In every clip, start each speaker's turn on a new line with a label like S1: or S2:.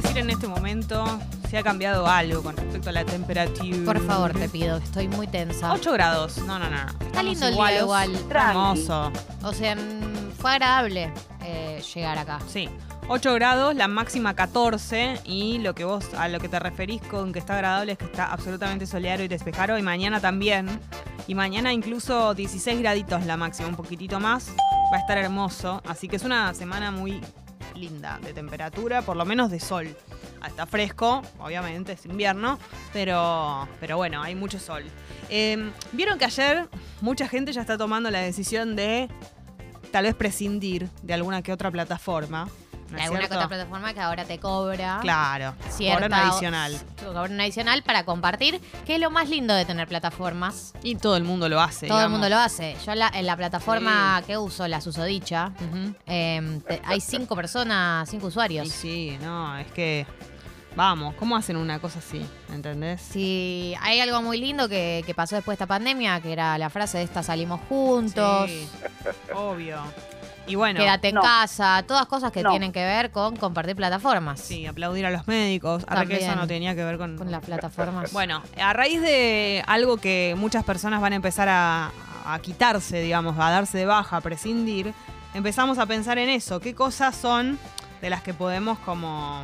S1: decir en este momento si ha cambiado algo con respecto a la temperatura?
S2: Por favor, te pido, estoy muy tensa.
S1: 8 grados. No, no, no.
S2: Está
S1: Estamos
S2: lindo el día
S1: igualos.
S2: igual.
S3: Tranqui.
S1: Hermoso.
S2: O sea, mm, fue agradable eh, llegar acá.
S1: Sí. 8 grados, la máxima 14 y lo que vos a lo que te referís con que está agradable es que está absolutamente soleado y despejado y mañana también. Y mañana incluso 16 graditos la máxima, un poquitito más. Va a estar hermoso, así que es una semana muy linda de temperatura, por lo menos de sol. Ah, Está fresco, obviamente es invierno, pero, pero bueno, hay mucho sol. Eh, Vieron que ayer mucha gente ya está tomando la decisión de tal vez prescindir de alguna que otra plataforma. ¿no
S2: De
S1: es
S2: alguna que
S1: cierto?
S2: otra plataforma que ahora te cobra.
S1: Claro,
S2: Cierta,
S1: cobran adicional.
S2: te Cobran un adicional para compartir, que es lo más lindo de tener plataformas.
S1: Y todo el mundo lo hace.
S2: Todo el mundo lo hace. Yo la- en la plataforma que uso, la susodicha,
S1: Ujú.
S2: eh, te- hay cinco personas,
S1: Y
S2: cinco usuarios.
S1: sí, no, es que. Vamos, ¿cómo hacen una cosa así? ¿Entendés?
S2: Sí, hay algo muy lindo que, que pasó después de esta pandemia, que era la frase de esta salimos juntos,
S1: Sí, Obvio. Y bueno.
S2: quédate en
S3: No.
S2: casa, todas cosas que
S3: No.
S2: tienen que ver con compartir plataformas.
S1: Sí, aplaudir a los médicos. Ahora que eso
S2: También.
S1: no tenía que ver con.
S2: Con las plataformas.
S1: Bueno, a raíz de algo que muchas personas van a empezar a, a quitarse, digamos, a darse de baja, a prescindir, empezamos a pensar en eso. ¿Qué cosas son de las que podemos como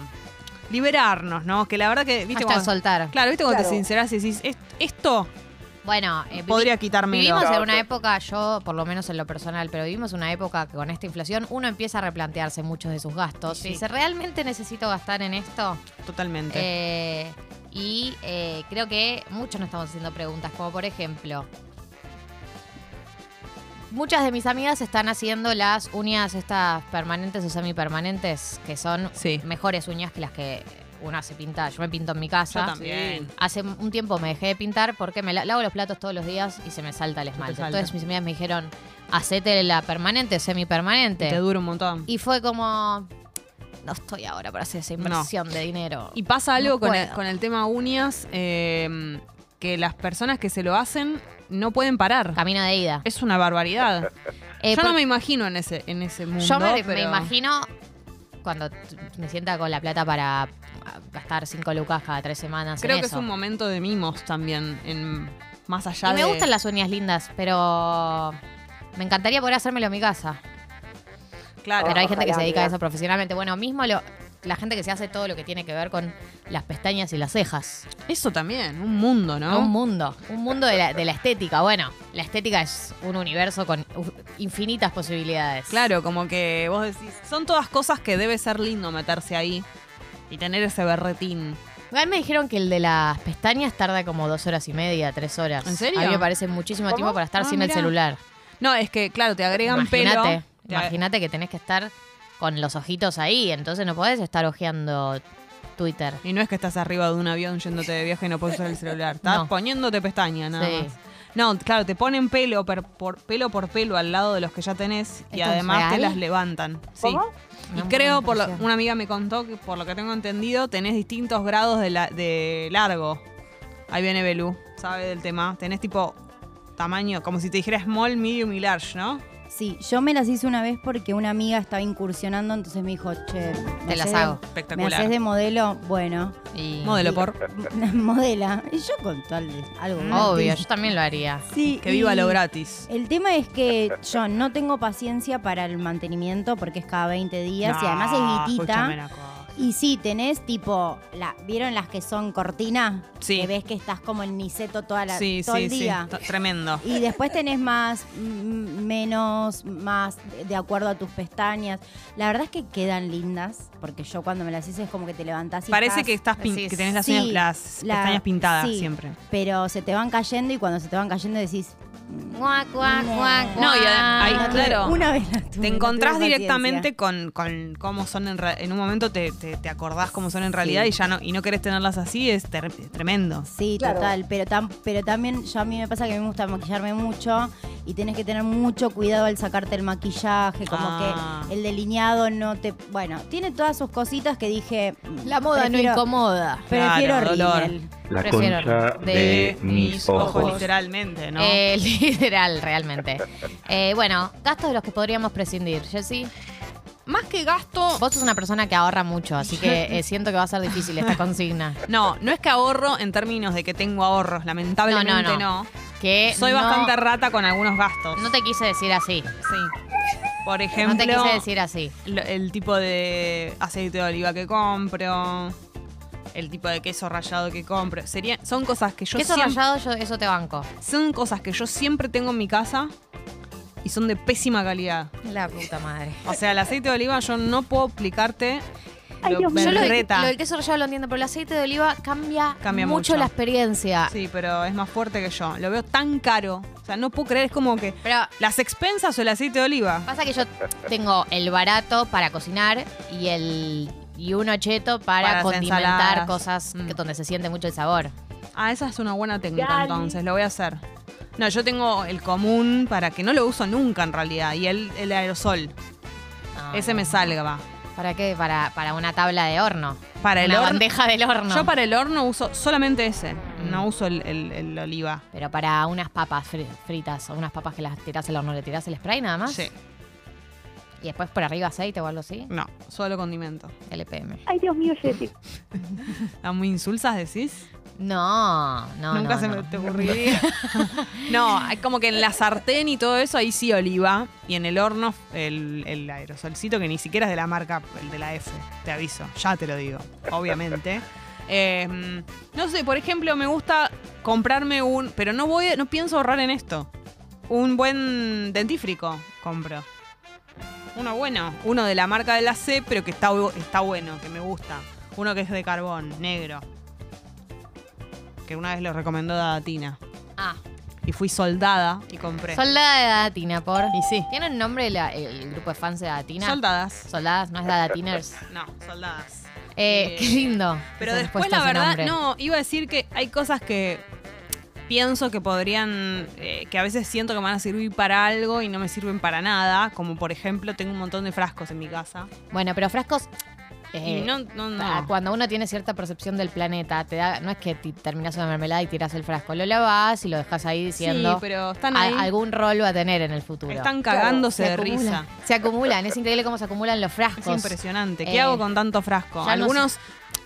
S1: liberarnos, no? Que la verdad que, viste,
S2: Hashtag
S1: cuando-
S2: soltar.
S1: claro, viste cuando te
S3: Claro.
S1: sinceras y decís, "Est- esto
S2: Bueno, eh, vivi-
S1: podría quitarme.
S2: vivimos en
S3: Claro,
S2: una
S3: claro.
S2: época, yo por lo menos en lo personal, pero vivimos una época que con esta inflación uno empieza a replantearse muchos de sus gastos.
S1: Sí.
S2: Y dice, ¿realmente necesito gastar en esto?
S1: Totalmente.
S2: Eh, y eh, creo que muchos nos estamos haciendo preguntas, como por ejemplo, muchas de mis amigas están haciendo las uñas estas permanentes o semipermanentes, que son
S1: Sí.
S2: mejores uñas que las que uno se pinta. Yo me pinto en mi casa.
S1: Yo también.
S2: Hace un tiempo me dejé de pintar porque me la- lavo los platos todos los días y se me salta el esmalte.
S1: salta.
S2: Entonces mis amigas me dijeron, hacete la permanente, semipermanente.
S1: Te dura un montón.
S2: Y fue como, no estoy ahora para hacer esa inversión de dinero.
S1: Y pasa algo
S2: No
S1: con, el,
S2: puedo.
S1: con el tema uñas, eh, que las personas que se lo hacen no pueden parar.
S2: Camino de ida.
S1: Es una barbaridad.
S2: Eh,
S1: yo
S2: por-
S1: no me imagino en ese, en ese mundo.
S2: yo me, me
S1: pero-
S2: imagino cuando t- me sienta con la plata para ah, gastar cinco lucas cada tres semanas. en
S1: Creo que
S2: eso.
S1: es un momento de mimos también, en, más allá
S2: Y
S1: de.
S2: me gustan las uñas lindas, pero me encantaría poder hacérmelo en mi casa.
S1: Claro.
S2: Pero hay gente que se
S3: Ojalá,
S2: dedica a
S3: mira.
S2: eso profesionalmente. Bueno, mismo lo, la gente que se hace todo lo que tiene que ver con las pestañas y las cejas.
S1: Eso también, un mundo, ¿no?
S2: Un mundo, un mundo de la, de la estética. Bueno, la estética es un universo con u- infinitas posibilidades.
S1: Claro, como que vos decís. Son todas cosas que debe ser lindo meterse ahí y tener ese berretín.
S2: A mí me dijeron que el de las pestañas tarda como dos horas y media, tres horas.
S1: ¿En serio?
S2: A mí me parece muchísimo
S3: ¿Cómo?
S2: tiempo para estar
S1: Ah,
S2: sin
S1: mirá.
S2: el celular.
S1: No, es que, claro, te agregan
S2: Imagínate,
S1: pelo. te ag-
S2: imagínate que tenés que estar con los ojitos ahí, entonces no podés estar ojeando Twitter.
S1: Y no es que estás arriba de un avión yéndote de viaje y no puedes usar el celular. Estás
S2: No.
S1: poniéndote pestaña, nada
S2: Sí.
S1: más. No, claro, te ponen pelo per- por, pelo por pelo al lado de los que ya tenés y
S2: ¿Esto es
S1: además te
S2: real?
S1: las levantan. Sí.
S3: ¿Cómo?
S1: Y
S2: No,
S1: creo,
S2: me
S1: por lo-
S2: pareció.
S1: una amiga me contó que por lo que tengo entendido, tenés distintos grados de, la- de largo. Ahí viene Belú, sabe del tema. Tenés tipo tamaño, como si te dijera small, medium y large, ¿no?
S4: Sí, yo me las hice una vez porque una amiga estaba incursionando, entonces me dijo, che, ¿me
S2: Te las
S4: haces de-
S2: hago.
S4: ¿Me
S1: Espectacular.
S4: haces de modelo? Bueno,
S2: Y-
S1: Modelo por.
S4: modela. Y yo con tal de algo.
S2: Obvio,
S4: gratis.
S2: yo también lo haría.
S4: Sí,
S1: Que viva
S4: y
S1: lo gratis.
S4: El tema es que yo no tengo paciencia para el mantenimiento porque es cada 20 días y
S1: No,
S4: además
S1: escúchame
S4: es guitita.
S1: una cosa.
S4: Y sí, tenés tipo, la, ¿vieron las que son cortina?
S1: Sí.
S4: Que ves que estás como en niceto toda la,
S1: Sí,
S4: todo
S1: sí,
S4: el
S1: sí.
S4: día.
S1: T- Tremendo.
S4: Y después tenés más, mm, menos, más de- de acuerdo a tus pestañas. La verdad es que quedan lindas, porque yo cuando me las hice es como que te levantás y
S1: Parece
S4: estás-
S1: que estás pin-
S2: Sí,
S1: que tenés las,
S4: sí,
S1: uñas- las
S4: la-
S1: pestañas pintadas
S4: sí.
S1: siempre.
S4: Pero se te van cayendo y cuando se te van cayendo decís... mm,
S2: Guac, guac, guac,
S1: No, y
S2: guac.
S1: ahí-
S4: Ah, no tuve-
S1: claro.
S4: Una vez las tuve,
S1: Te
S4: no
S1: encontrás
S4: tuve
S1: directamente con, con cómo son en, re- en un momento te, te- te acordás cómo son en realidad y ya no y no querés tenerlas así es, ter- es tremendo.
S4: paciencia. Sí,
S3: Claro.
S4: total, pero, tam- pero también yo a mí me pasa que me gusta maquillarme mucho y tenés que tener mucho cuidado al sacarte el maquillaje, como
S1: Ah.
S4: que el delineado no te... Bueno, tiene todas sus cositas que dije... mm,
S2: La moda
S4: prefiero-
S2: no incomoda.
S4: Prefiero
S1: Claro, dolor. Eh,
S4: Rimmel.
S5: La
S2: Prefiero
S5: concha
S2: de
S5: de, mis ojos.
S1: literalmente, ¿no?
S2: Eh, literal, realmente. Eh, bueno, gastos de los que podríamos prescindir, Jessy.
S1: más que gasto,
S2: Vos sos una persona que ahorra mucho, así que eh, siento que va a ser difícil esta consigna.
S1: no, no es que ahorro en términos de que tengo ahorros, lamentablemente
S2: No,
S1: no.
S2: no, no. Que
S1: Soy
S2: no-
S1: bastante rata con algunos gastos.
S2: No te quise decir así.
S1: Sí. Por ejemplo,
S2: No te quise decir así.
S1: lo- el tipo de aceite de oliva que compro, el tipo de queso rallado que compro. Sería, son cosas que yo
S2: Queso
S1: siempre-
S2: rallado, yo eso te banco.
S1: son cosas que yo siempre tengo en mi casa y son de pésima calidad.
S2: La puta madre.
S1: O sea, el aceite de oliva yo no puedo aplicarte.
S3: Ay,
S1: lo-
S3: Dios
S1: me
S3: mío.
S2: Yo lo, de-
S1: reta.
S2: lo del queso rallado lo entiendo, pero el aceite de oliva cambia,
S1: Cambia
S2: mucho,
S1: mucho.
S2: la experiencia.
S1: Sí, pero es más fuerte que yo. Lo veo tan caro. O sea, no puedo creer, es como que
S2: Pero
S1: las expensas o el aceite de oliva.
S2: pasa que yo tengo el barato para cocinar y el y uno cheto para,
S1: Para las
S2: condimentar
S1: ensaladas.
S2: cosas
S1: Mm.
S2: que- donde se siente mucho el sabor.
S1: Ah, esa es una buena técnica
S3: Dale.
S1: entonces, lo voy a hacer. No, yo tengo el común para que no lo uso nunca en realidad y el, el aerosol.
S2: No,
S1: Ese
S2: Ah, no.
S1: me salga.
S2: ¿Para qué? Para, para una tabla de horno.
S1: Para el
S2: una
S1: horno.
S2: bandeja del horno. Mm.
S1: Yo para el horno uso solamente ese. No uso el, el- el oliva.
S2: Pero para unas papas fri- fritas o unas papas que las tirás al horno, le tirás el spray nada más.
S1: Sí.
S2: Y después por arriba aceite o algo así.
S1: No, solo condimento.
S2: LPM.
S3: Ay, Dios mío, Jessy.
S1: ¿Están muy insulsas decís?
S2: No, no.
S1: Nunca
S2: no,
S1: se
S2: no.
S1: me te ocurriría. no, hay como que en la sartén y todo eso, ahí sí oliva. Y en el horno, el, el aerosolcito, que ni siquiera es de la marca, el de la F. Te aviso, ya te lo digo, obviamente. Eh, no sé, por ejemplo, me gusta comprarme un. Pero no voy, no pienso ahorrar en esto. Un buen dentífrico compro. Uno bueno, uno de la marca de la C, pero que está, bu- está bueno, que me gusta. Uno que es de carbón, negro. Que una vez lo recomendó Dadatina.
S2: Ah,
S1: Y fui soldada y compré.
S2: soldada de Datina, por.
S1: y sí.
S2: ¿Tiene un nombre la- el, el grupo de fans de Datina?
S1: Soldadas.
S2: Soldadas, no es Dadatiners.
S1: No, soldadas.
S2: Eh,
S1: Eh,
S2: qué lindo.
S1: Pero
S2: esa
S1: después,
S2: respuesta,
S1: la
S2: ese
S1: verdad,
S2: nombre.
S1: no, iba a decir que hay cosas que pienso que podrían, eh, que a veces siento que me van a servir para algo y no me sirven para nada, como por ejemplo tengo un montón de frascos en mi casa.
S2: Bueno, pero frascos. eh,
S1: y no, no, no.
S2: ah, Cuando uno tiene cierta percepción del planeta, te da, no es que ti- terminas una mermelada y tiras el frasco, lo lavas y lo dejas ahí diciendo
S1: sí, pero están
S2: "A-
S1: ahí,
S2: algún rol va a tener en el futuro.
S1: están cagándose de
S2: acumulan,
S1: risa.
S2: Se acumulan, es increíble cómo se acumulan los
S1: Es
S2: frascos.
S1: impresionante. ¿Qué
S2: Eh,
S1: hago con tanto frasco?
S2: ya no
S1: Algunos,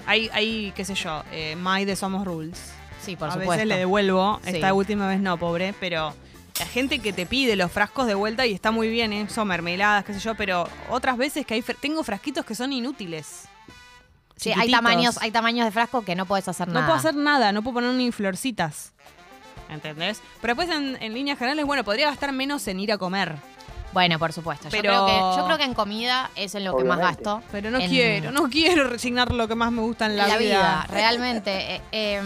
S1: hay, hay, qué sé yo, eh, May de Somos Rules.
S2: Sí, por
S1: a
S2: supuesto.
S1: veces le devuelvo.
S2: Sí.
S1: Esta última vez no, pobre. Pero la gente que te pide los frascos de vuelta y está muy bien, ¿eh? son mermeladas, qué sé yo. Pero otras veces que hay fr- tengo frasquitos que son inútiles.
S2: Sí, hay
S1: Chiquititos.
S2: tamaños, hay tamaños de frasco que no puedes hacer
S1: No
S2: nada.
S1: puedo hacer nada, no puedo poner ni florcitas. ¿Entendés? Pero después en, en líneas generales, bueno, podría gastar menos en ir a comer.
S2: Bueno, por supuesto.
S1: Pero-
S2: Yo, creo que, yo creo que en comida es en lo que más
S3: Obviamente.
S2: gasto.
S1: Pero no
S2: En-
S1: quiero, no quiero resignar lo que más me gusta en
S2: En
S1: la, vida.
S2: realmente. eh, eh,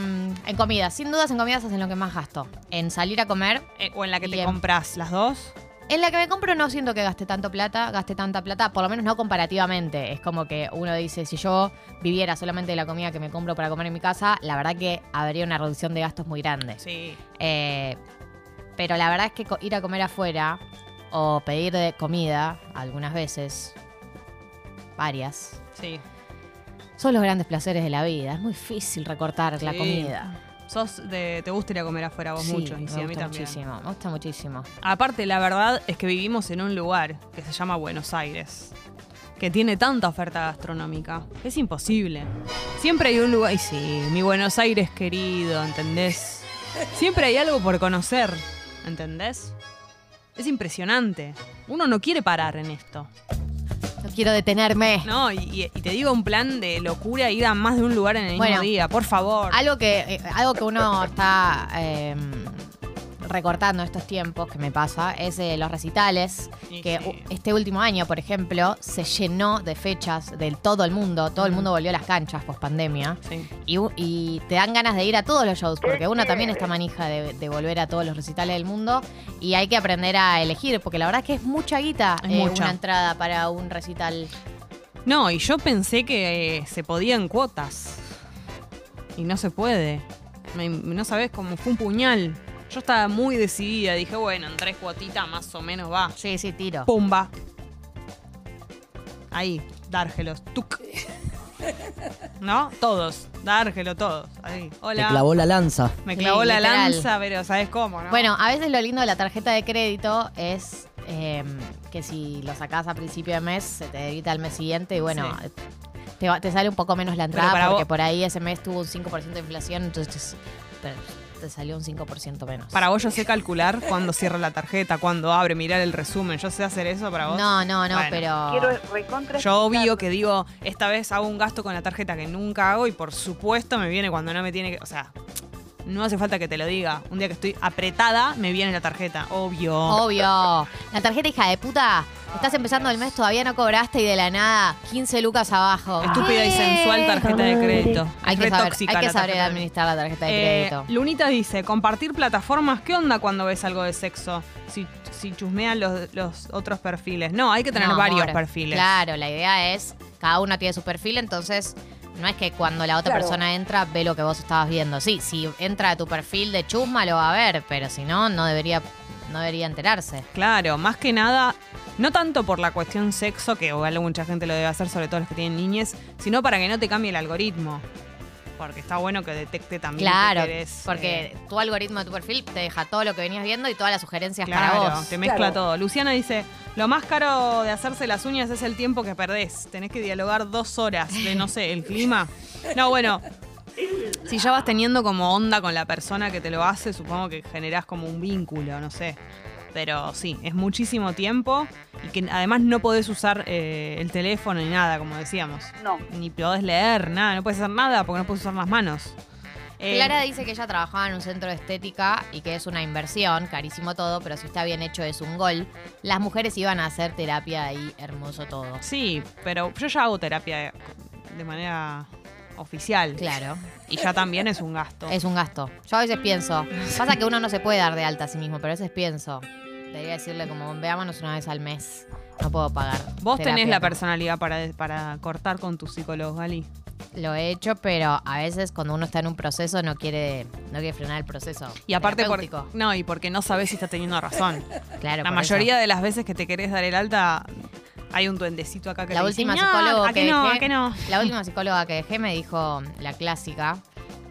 S2: en comida, sin dudas en comidas es en lo que más gasto. En salir a comer.
S1: Eh, o en la que te
S2: Bien.
S1: compras, las dos.
S2: En la que me compro no siento que gaste tanto plata, gaste tanta plata, por lo menos no comparativamente. Es como que uno dice, si yo viviera solamente de la comida que me compro para comer en mi casa, la verdad que habría una reducción de gastos muy grande.
S1: Sí.
S2: Eh, pero la verdad es que co- ir a comer afuera o pedir de comida, algunas veces, varias,
S1: Sí.
S2: son los grandes placeres de la vida. Es muy difícil recortar la
S1: Sí.
S2: comida.
S1: Sos de, te gusta ir a comer afuera vos
S2: Sí,
S1: mucho. Y
S2: me
S1: sí, a mí
S2: gusta
S1: también.
S2: muchísimo, me gusta muchísimo.
S1: Aparte, la verdad es que vivimos en un lugar que se llama Buenos Aires, que tiene tanta oferta gastronómica. Es imposible. Siempre hay un lugar, y sí, mi Buenos Aires querido, ¿entendés? Siempre hay algo por conocer, ¿entendés? Es impresionante. Uno no quiere parar en esto.
S2: No quiero detenerme.
S1: No, y, y- y te digo un plan de locura, ir a más de un lugar en el
S2: Bueno.
S1: mismo día, por favor.
S2: Algo que, eh, algo que uno está eh, recortando estos tiempos que me pasa es eh, los recitales.
S1: Y
S2: Que
S1: sí.
S2: u- este último año, por ejemplo, se llenó de fechas de todo el mundo. Todo el
S1: Mm.
S2: mundo volvió a las canchas post pandemia.
S1: Sí.
S2: Y, u- y te dan ganas de ir a todos los shows, porque uno también está manija de, de volver a todos los recitales del mundo y hay que aprender a elegir, porque la verdad es que es mucha guita
S1: Es
S2: eh,
S1: mucha.
S2: una entrada para un recital.
S1: No, y yo pensé que eh, se podía en cuotas. Y no se puede. Me- no sabes cómo fue un puñal. Yo estaba muy decidida. Dije, bueno, en tres cuotitas más o menos va.
S2: Sí, sí, tiro.
S1: Pumba. Ahí, dárgelos. Tuc. ¿No? Todos. Dárgelo todos. Ahí. Hola.
S5: Te clavó la lanza.
S1: Me
S2: Sí,
S1: clavó la
S2: literal.
S1: lanza, pero ¿sabes cómo? no?
S2: Bueno, a veces lo lindo de la tarjeta de crédito es eh, que si lo sacás a principio de mes, se te debita al mes siguiente y bueno,
S1: Sí.
S2: te, va- te sale un poco menos la entrada
S1: para
S2: porque
S1: vos-
S2: por ahí ese mes tuvo un 5% de inflación, entonces te, te salió un 5% menos.
S1: Para vos yo sé calcular cuándo cierra la tarjeta, cuándo abre, mirar el resumen. Yo sé hacer eso para vos.
S2: No, no, no,
S1: Bueno.
S3: Quiero
S2: pero...
S3: recontra.
S1: Yo obvio que digo, esta vez hago un gasto con la tarjeta que nunca hago y por supuesto me viene cuando no me tiene que... O sea, no hace falta que te lo diga. Un día que estoy apretada, me viene la tarjeta. Obvio.
S2: Obvio. La tarjeta hija de puta. Estás empezando el mes, todavía no cobraste y de la nada 15 lucas abajo.
S1: Estúpida y
S2: ¿Qué?
S1: sensual tarjeta de crédito.
S2: Hay
S1: Es
S2: que
S1: re
S2: saber,
S1: tóxica
S2: hay que
S1: la
S2: saber
S1: tarjeta de
S2: administrar la tarjeta de
S1: Eh,
S2: crédito.
S1: Lunita dice, compartir plataformas, ¿qué onda cuando ves algo de sexo? Si, si chusmean los, los otros perfiles. No, hay que tener
S2: No,
S1: varios
S2: amor.
S1: perfiles.
S2: Claro, la idea es, cada uno tiene su perfil, entonces no es que cuando la otra
S3: Claro.
S2: persona entra ve lo que vos estabas viendo. Sí, si entra a tu perfil de chusma lo va a ver, pero si no, no debería, no debería enterarse.
S1: Claro, más que nada, no tanto por la cuestión sexo, que igual mucha gente lo debe hacer, sobre todo los que tienen niñez, sino para que no te cambie el algoritmo. Porque está bueno que detecte también
S2: Claro,
S1: que querés,
S2: porque
S1: eh,
S2: tu algoritmo de tu perfil te deja todo lo que venías viendo y todas las sugerencias
S1: claro,
S2: para vos.
S1: te mezcla
S3: Claro.
S1: todo. Luciana dice, lo más caro de hacerse las uñas es el tiempo que perdés. Tenés que dialogar dos horas de, no sé, el clima. No, bueno, si ya vas teniendo como onda con la persona que te lo hace, supongo que generás como un vínculo, no sé. Pero sí, es muchísimo tiempo y que además no podés usar eh, el teléfono ni nada, como decíamos.
S3: No.
S1: Ni podés leer, nada, no podés hacer nada porque no podés usar las manos. Eh,
S2: Clara dice que ella trabajaba en un centro de estética y que es una inversión, carísimo todo, pero si está bien hecho es un gol. Las mujeres iban a hacer terapia ahí, hermoso todo.
S1: Sí, pero yo ya hago terapia de manera oficial.
S2: Claro.
S1: Y ya también es un gasto.
S2: Es un gasto. Yo a veces pienso. Pasa que uno no se puede dar de alta a sí mismo, pero a veces pienso. Debería decirle como, veámonos una vez al mes. No puedo pagar.
S1: Vos tenés
S2: terapia".
S1: la personalidad para, para cortar con tu psicólogo, Gali.
S2: Lo he hecho, pero a veces cuando uno está en un proceso no quiere, no quiere frenar el proceso.
S1: Y aparte, por-
S2: terapéutico.
S1: no, y porque no sabés si estás teniendo razón.
S2: claro,
S1: la
S2: por
S1: mayoría de las veces que te querés dar el alta, hay un duendecito acá que
S2: La
S1: te
S2: última
S1: dice, "No,
S2: psicóloga
S1: ¿a
S2: que
S1: qué no?
S2: dejé-
S1: ¿A qué no?
S2: eso. La última psicóloga que dejé me dijo la clásica,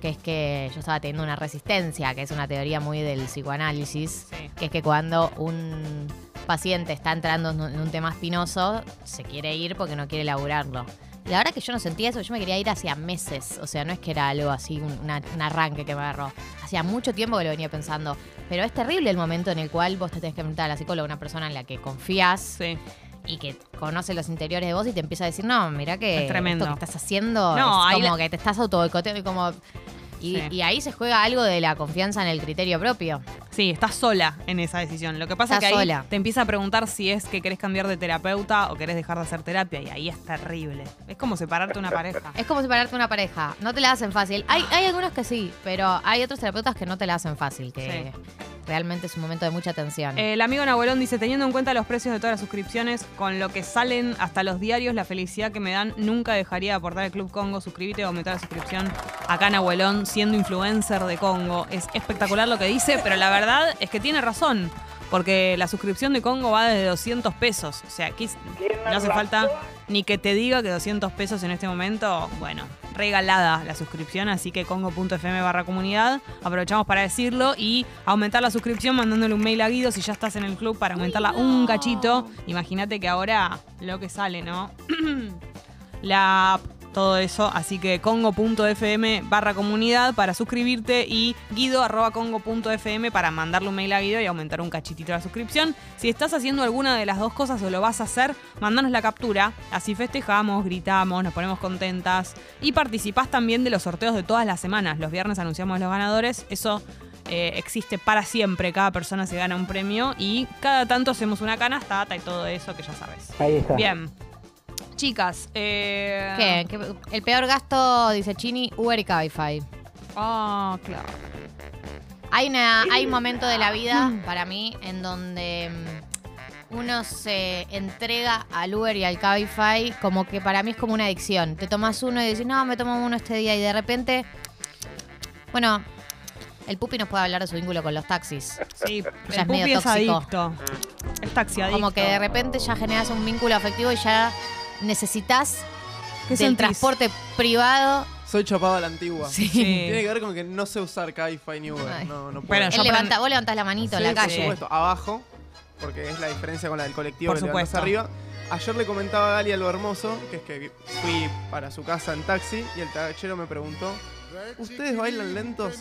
S2: que es que yo estaba teniendo una resistencia, que es una teoría muy del psicoanálisis.
S1: Sí.
S2: que es que cuando un paciente está entrando en un- en un tema espinoso, se quiere ir porque no quiere laburarlo. Y La verdad que yo no sentía eso, yo me quería ir hacía meses, o sea, no es que era algo así, un, una- un arranque que me agarró. Hacía mucho tiempo que lo venía pensando, pero es terrible el momento en el cual vos te tenés que enfrentar a la psicóloga, una persona en la que confías
S1: Sí.
S2: y que conoce los interiores de vos y te empieza a decir, no, mirá que
S1: Es tremendo.
S2: esto que estás haciendo
S1: No,
S2: es
S1: ahí
S2: como
S1: la-
S2: que te estás autoboicoteando y como... Y,
S1: Sí.
S2: y ahí se juega algo de la confianza en el criterio propio.
S1: Sí, estás sola en esa decisión. Lo que pasa
S2: Estás
S1: es que ahí
S2: sola.
S1: te empieza a preguntar si es que querés cambiar de terapeuta o querés dejar de hacer terapia y ahí es terrible. Es como separarte de una pareja.
S2: Es como separarte de una pareja. No te la hacen fácil. Hay, hay algunos que sí, pero hay otros terapeutas que no te la hacen fácil, que realmente es un momento de mucha tensión.
S1: Eh, El amigo Nahuelón dice, teniendo en cuenta los precios de todas las suscripciones, con lo que salen hasta los diarios, la felicidad que me dan, nunca dejaría de aportar al Club Congo. Suscríbete o aumentar la suscripción acá Nahuelón, siendo influencer de Congo. Es espectacular lo que dice, pero la verdad es que tiene razón. Porque la suscripción de Congo va desde 200 pesos. O sea, aquí
S3: Tiene
S1: no hace
S3: razón.
S1: falta ni que te diga que 200 pesos en este momento, bueno, regalada la suscripción, así que congo.fm barra comunidad, aprovechamos para decirlo y aumentar la suscripción mandándole un mail a Guido si ya estás en el club para aumentarla un cachito. Imagínate que ahora lo que sale, ¿no? la app, todo eso, así que congo.fm barra comunidad para suscribirte y guido arroba congo.fm para mandarle un mail a Guido y aumentar un cachitito la suscripción. Si estás haciendo alguna de las dos cosas o lo vas a hacer, mandanos la captura, así festejamos, gritamos, nos ponemos contentas y participás también de los sorteos de todas las semanas. Los viernes anunciamos los ganadores, eso... eh, existe para siempre, cada persona se gana un premio y cada tanto hacemos una canastata y todo eso que ya sabes.
S5: Ahí está.
S1: Bien. Chicas, eh...
S2: ¿Qué? ¿Qué- El peor gasto, dice Chini, Uber y Cabify.
S1: Ah, claro.
S2: Hay, una, hay un momento de la vida
S1: Mm.
S2: para mí en donde mm, uno se entrega al Uber y al Cabify como que para mí es como una adicción. Te tomas uno y dices, no, me tomo uno este día y de repente, bueno, el Pupi nos puede hablar de su vínculo con los taxis.
S1: Sí,
S2: es
S1: el pupi
S2: medio
S1: es
S2: tóxico.
S1: adicto. Es taxiadicto.
S2: Como que de repente ya generas un vínculo afectivo y ya necesitas
S1: ¿Qué
S2: del
S1: sentís?
S2: transporte privado.
S6: Soy chapado a la antigua. Tiene que
S1: Sí.
S6: ver con que no sé usar Cabify ni Uber.
S2: Ay.
S6: No, no puedo.
S1: Bueno,
S2: Él
S1: yo
S2: levanta, vos levantás la manito en
S6: Sí,
S2: la
S6: por
S2: calle.
S6: supuesto, abajo. porque es la diferencia con la del colectivo
S1: Por
S6: que te levantás
S1: supuesto.
S6: arriba. Ayer le comentaba a Gali algo hermoso, que es que fui para su casa en taxi y el tachero me preguntó, ¿ustedes bailan lentos?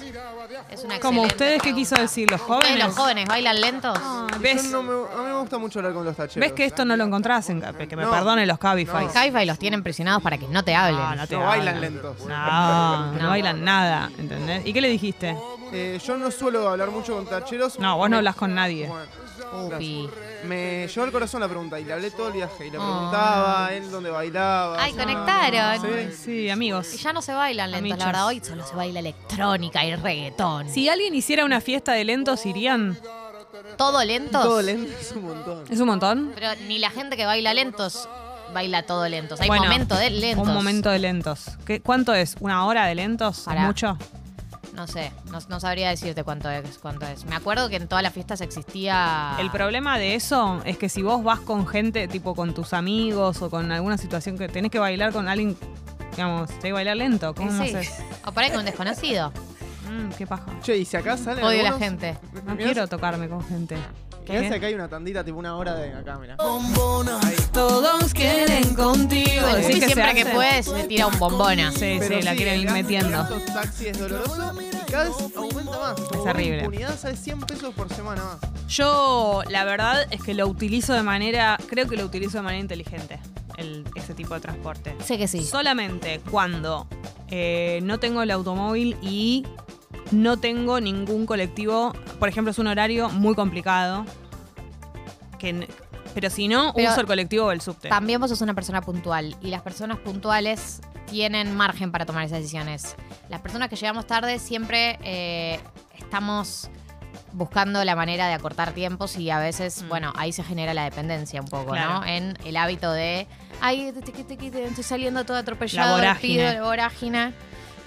S2: Es una
S1: Como
S2: excelente
S1: ustedes, ¿qué quiso
S2: pregunta.
S1: decir? ¿Los
S2: ¿Ustedes,
S1: jóvenes? Ah.
S2: los jóvenes bailan lentos?
S1: ¿Ves?
S6: Yo no me- a mí me gusta mucho hablar con los tacheros.
S1: ¿Ves que esto no lo encontrás en Cape? Que me
S6: No.
S1: perdonen los Cabify.
S6: No.
S2: Hi-Fi los tienen presionados para que no te hablen.
S1: Ah, No, no te
S6: No bailan
S1: hablan.
S6: lentos.
S1: No, no bailan nada, ¿entendés? ¿Y qué le dijiste?
S6: Eh, yo no suelo hablar mucho con tacheros.
S1: No, vos no hablas con nadie.
S6: Bueno,
S2: Upi.
S6: gracias. Me llevó al corazón la pregunta y le hablé todo el viaje y le preguntaba a él dónde bailaba.
S2: Ay,
S6: si-
S2: conectaron.
S6: Sí.
S1: Sí,
S2: Y
S1: amigos.
S2: ya no se bailan lentos,
S1: Amichos.
S2: la verdad. Hoy solo se baila electrónica y reggaetón.
S1: Si alguien hiciera una fiesta de lentos, irían.
S2: ¿Todo lentos?
S6: Todo lento es un montón.
S1: ¿Es un montón?
S2: Pero ni la gente que baila lentos baila todo lentos. Hay
S1: Bueno,
S2: momento de lentos.
S1: Un momento de lentos. ¿Qué, ¿Cuánto es? ¿Una hora de lentos?
S2: Pará.
S1: ¿Mucho?
S2: No sé, no, no sabría decirte cuánto es, cuánto es. Me acuerdo que en todas las fiestas existía...
S1: El problema de eso es que si vos vas con gente, tipo con tus amigos o con alguna situación que tenés que bailar con alguien, digamos, tenés que bailar lento, ¿cómo
S2: Sí.
S1: haces?
S2: O por ahí con un desconocido.
S1: Mm, qué paja.
S6: Che, y si acá salen
S2: Odio la
S6: algunos-
S2: gente.
S1: No
S6: Mirá
S1: quiero tocarme con gente. ¿Eh?
S6: si- Mirá si acá hay una tandita, tipo una hora de acá, mirá.
S1: Todos quieren contigo.
S2: El Juli siempre que puede se tira un bombona.
S1: Sí,
S6: Pero
S1: sí, la
S6: sí,
S1: quieren
S6: el
S1: ir
S6: gasto-
S1: metiendo.
S6: el gasto en taxi es doloroso y cada vez aumenta más. Es
S1: terrible.
S6: Unidad sale 100 pesos por semana más.
S1: Yo, la verdad es que lo utilizo de manera, creo que lo utilizo de manera inteligente, el, ese tipo de transporte.
S2: Sé que sí.
S1: Solamente cuando eh, no tengo el automóvil y no tengo ningún colectivo. Por ejemplo, es un horario muy complicado. Que, n- pero si no,
S2: Pero-
S1: uso el colectivo o el subte.
S2: También vos sos una persona puntual y las personas puntuales tienen margen para tomar esas decisiones. Las personas que llegamos tarde siempre eh, estamos buscando la manera de acortar tiempos y a veces,
S1: Mm.
S2: bueno, ahí se genera la dependencia un poco,
S1: Claro.
S2: ¿no? En el hábito de, ay, te- te- te- te- estoy saliendo todo atropellado,
S1: La
S2: pido
S1: vorágine.
S2: la vorágina.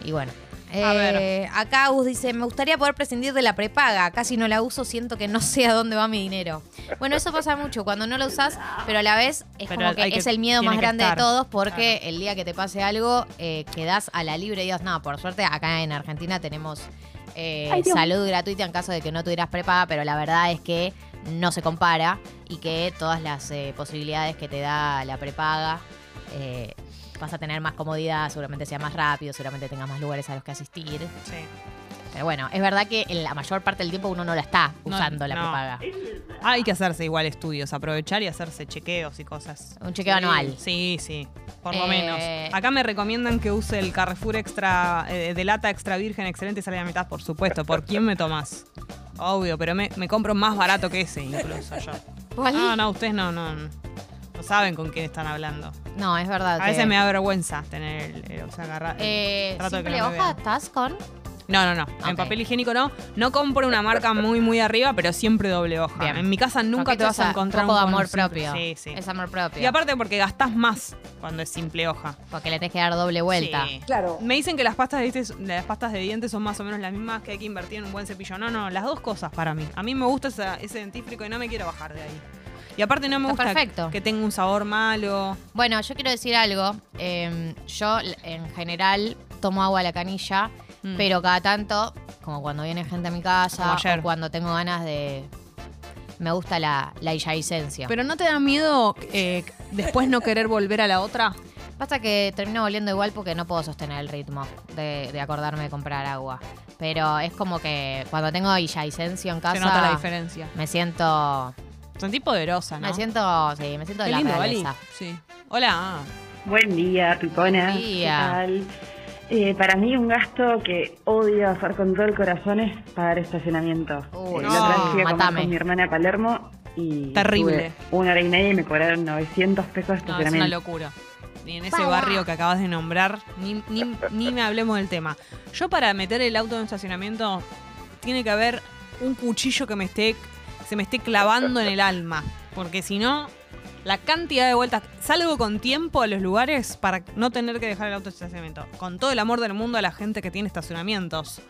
S2: Y bueno.
S1: A ver.
S2: Eh, Acá Agus dice, me gustaría poder prescindir de la prepaga. Casi no la uso, siento que no sé a dónde va mi dinero. Bueno, eso pasa mucho cuando no la usás, pero a la vez es
S1: Pero
S2: como que,
S1: hay que-
S2: es el miedo
S1: tiene
S2: más
S1: que
S2: grande
S1: estar.
S2: de todos porque el día que te pase algo eh, quedás a la libre y digas, no, por suerte acá en Argentina tenemos eh, salud gratuita en caso de que no tuvieras prepaga, pero la verdad es que no se compara y que todas las eh, posibilidades que te da la prepaga eh, vas a tener más comodidad, seguramente sea más rápido, seguramente tengas más lugares a los que asistir.
S1: Sí.
S2: Pero bueno, es verdad que en la mayor parte del tiempo uno no la está
S1: No,
S2: usando la
S1: no.
S2: prepaga.
S1: Ah, Hay que hacerse igual estudios, aprovechar y hacerse chequeos y cosas.
S2: Un chequeo
S1: Sí,
S2: anual.
S1: Sí, sí. Por lo
S2: Eh,
S1: menos. Acá me recomiendan que use el Carrefour extra eh, de lata extra virgen excelente y sale a la mitad, por supuesto. ¿Por quién me tomás? Obvio, pero me, me compro más barato que ese incluso yo.
S2: ¿Cuál?
S1: Ah, No, no, ustedes no, no, no no saben con quién están hablando.
S2: No, es verdad.
S1: A
S2: que-
S1: veces me da vergüenza tener el, el- o sea, agarrar. el
S2: Eh,
S1: trato de que
S2: simple
S1: no me
S2: hoja,
S1: vean.
S2: ¿estás con?
S1: No, no, no. En
S2: Ok.
S1: papel higiénico no. No compro una marca muy, muy arriba, pero siempre doble hoja.
S2: Bien.
S1: En mi casa nunca
S2: Ok,
S1: te vas
S2: esto
S1: a
S2: es
S1: encontrar
S2: un poco de
S1: con
S2: amor
S1: simple-
S2: propio.
S1: Sí, sí.
S2: Es amor propio.
S1: Y aparte porque gastás más cuando es simple hoja.
S2: porque le tenés que dar doble vuelta.
S1: Sí. Me dicen que las pastas de dientes, las pastas de dientes son más o menos las mismas que hay que invertir en un buen cepillo. No, no, las dos cosas para mí. A mí me gusta esa- ese dentífrico y no me quiero bajar de ahí. Y aparte no me
S2: Está
S1: gusta
S2: perfecto.
S1: que tenga un sabor malo.
S2: Bueno, yo quiero decir algo. Eh, yo l- en general tomo agua a la canilla,
S1: Mm.
S2: pero cada tanto, como cuando viene gente a mi casa,
S1: Como ayer.
S2: o cuando tengo ganas de. Me gusta la, la illavicencia.
S1: Pero no te da miedo eh, después no querer volver a la otra.
S2: Pasa que termino volviendo igual porque no puedo sostener el ritmo de, de acordarme de comprar agua. Pero es como que cuando tengo illavicencia en casa.
S1: Se nota la diferencia.
S2: Me siento.
S1: Sentí poderosa, ¿no?
S2: Me siento. Sí, me siento de
S1: Qué
S2: la
S1: lindo, Vali.
S2: realeza.
S1: Sí. Hola.
S3: Buen día, Pipona.
S2: Buen día.
S3: ¿Qué tal? Eh, para mí un gasto que odio hacer con todo el corazón es pagar estacionamiento.
S2: Uy,
S3: la otra vez
S1: no,
S3: fui a comer
S2: matame.
S3: con mi hermana a Palermo y
S1: Terrible.
S3: estuve una hora y media y me cobraron 900 pesos
S1: No,
S3: de
S1: es una
S3: estacionamiento.
S1: locura. Y en ese barrio que acabas de nombrar, ni, ni- ni me hablemos del tema. Yo para meter el auto en un estacionamiento, tiene que haber un cuchillo que me esté, se me esté clavando en el alma. Porque si no, la cantidad de vueltas... Salgo con tiempo a los lugares para no tener que dejar el auto en estacionamiento. Con todo el amor del mundo a la gente que tiene estacionamientos.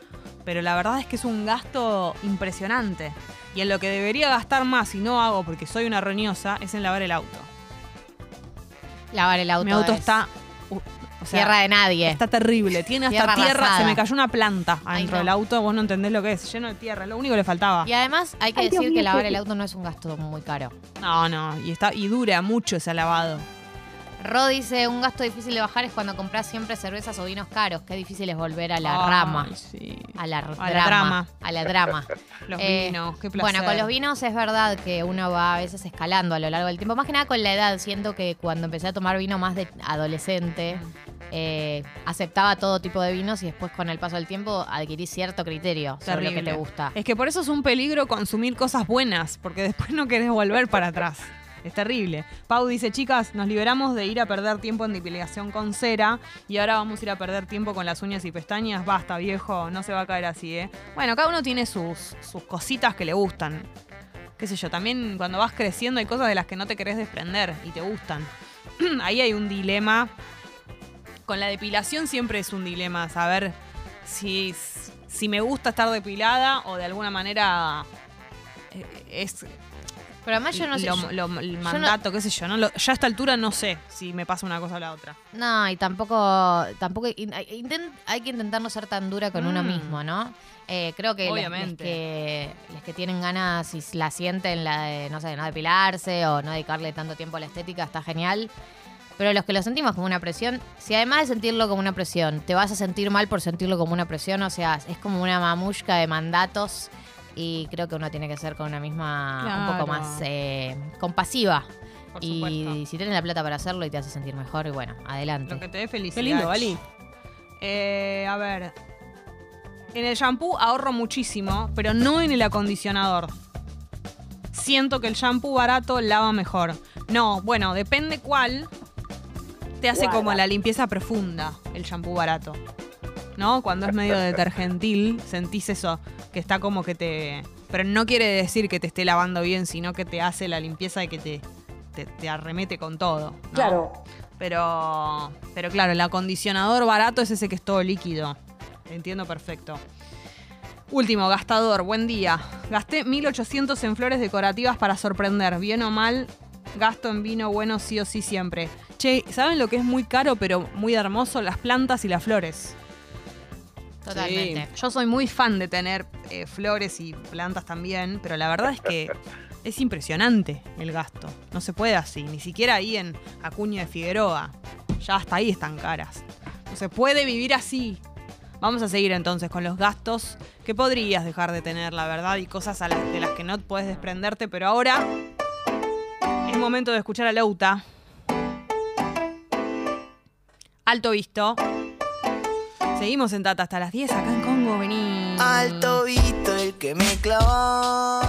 S1: Pero la verdad es que es un gasto impresionante. Y en lo que debería gastar más y no hago porque soy una roñosa es en lavar el auto.
S2: Lavar el auto.
S1: Mi auto
S2: es-
S1: está. u- O sea,
S2: tierra de nadie.
S1: Está terrible. Tiene hasta
S2: Tierra
S1: tierra.
S2: arrasada.
S1: Se me cayó una planta
S2: Ay,
S1: adentro
S2: no.
S1: del auto. Vos no entendés lo que es. Lleno de tierra. Lo único que le faltaba.
S2: Y además hay que
S3: Ay, Dios
S2: decir que
S3: mío,
S2: lavar
S3: qué-
S2: el auto no es un gasto muy caro.
S1: No, no. Y, está, y dura mucho ese lavado.
S2: Ro dice, un gasto difícil de bajar es cuando compras siempre cervezas o vinos caros. Qué difícil es volver a la
S1: Ay,
S2: rama.
S1: sí.
S2: A la,
S1: la
S2: drama,
S1: drama.
S2: A la drama.
S1: Los
S2: Eh,
S1: vinos. Qué placer.
S2: Bueno, con los vinos es verdad que uno va a veces escalando a lo largo del tiempo. Más que nada con la edad. Siento que cuando empecé a tomar vino más de adolescente, eh, aceptaba todo tipo de vinos y después con el paso del tiempo adquirí cierto criterio sobre lo que
S1: Terrible.
S2: te gusta.
S1: Es que por eso es un peligro consumir cosas buenas, porque después no querés volver para atrás. Es terrible. Pau dice, chicas, nos liberamos de ir a perder tiempo en depilación con cera y ahora vamos a ir a perder tiempo con las uñas y pestañas. Basta, viejo, no se va a caer así, ¿eh? Bueno, cada uno tiene sus, sus cositas que le gustan. Qué sé yo, también cuando vas creciendo hay cosas de las que no te querés desprender y te gustan. Ahí hay un dilema. Con la depilación siempre es un dilema saber si, si me gusta estar depilada o de alguna manera eh, es
S2: Pero además Ah, yo no sé...
S1: lo-
S2: yo-
S1: lo- el mandato, qué sé yo. No lo- ya a esta altura no sé si me pasa una cosa o la otra.
S2: No, y tampoco, tampoco in- hay- inten- hay que intentar no ser tan dura con uno
S1: Mm.
S2: mismo, ¿no? Eh, creo que les, les
S1: Obviamente.
S2: que les que tienen ganas y s- la sienten, la de, no sé, de no depilarse o no dedicarle tanto tiempo a la estética, está genial. Pero los que lo sentimos como una presión, si además de sentirlo como una presión, te vas a sentir mal por sentirlo como una presión, o sea, es como una mamushka de mandatos y creo que uno tiene que ser con una misma un poco
S1: Claro.
S2: más eh, compasiva
S1: Por supuesto.
S2: y si tienes la plata para hacerlo y te hace sentir mejor, y bueno, adelante.
S1: Lo que te dé felicidad.
S5: Qué lindo, Vali.
S1: Eh, a ver. En el shampoo ahorro muchísimo, pero no en el acondicionador. Siento que el shampoo barato lava mejor. No, bueno, depende cuál. Te hace
S3: Guarda.
S1: como la limpieza profunda el shampoo barato. ¿No? Cuando es medio detergentil, sentís eso, que está como que te... Pero no quiere decir que te esté lavando bien, sino que te hace la limpieza y que te, te, te arremete con todo. ¿no?
S5: Claro.
S1: Pero, pero claro, el acondicionador barato es ese que es todo líquido. Entiendo perfecto. Último, gastador, buen día. Gasté 1800 en flores decorativas para sorprender. Bien o mal, gasto en vino bueno sí o sí siempre. Che, ¿saben lo que es muy caro pero muy hermoso? Las plantas y las flores.
S2: Totalmente.
S1: Yo soy muy fan de tener eh, flores y plantas también, pero la verdad es que es impresionante el gasto. No se puede así, ni siquiera ahí en Acuña de Figueroa. Ya hasta ahí están caras. No se puede vivir así. Vamos a seguir entonces con los gastos que podrías dejar de tener, la verdad, y cosas a las- de las que no puedes desprenderte, pero ahora es momento de escuchar a Lauta. Alto visto. Seguimos en Tata hasta las 10 acá en Congo, vení.
S7: Alto Vito, el que me clavó.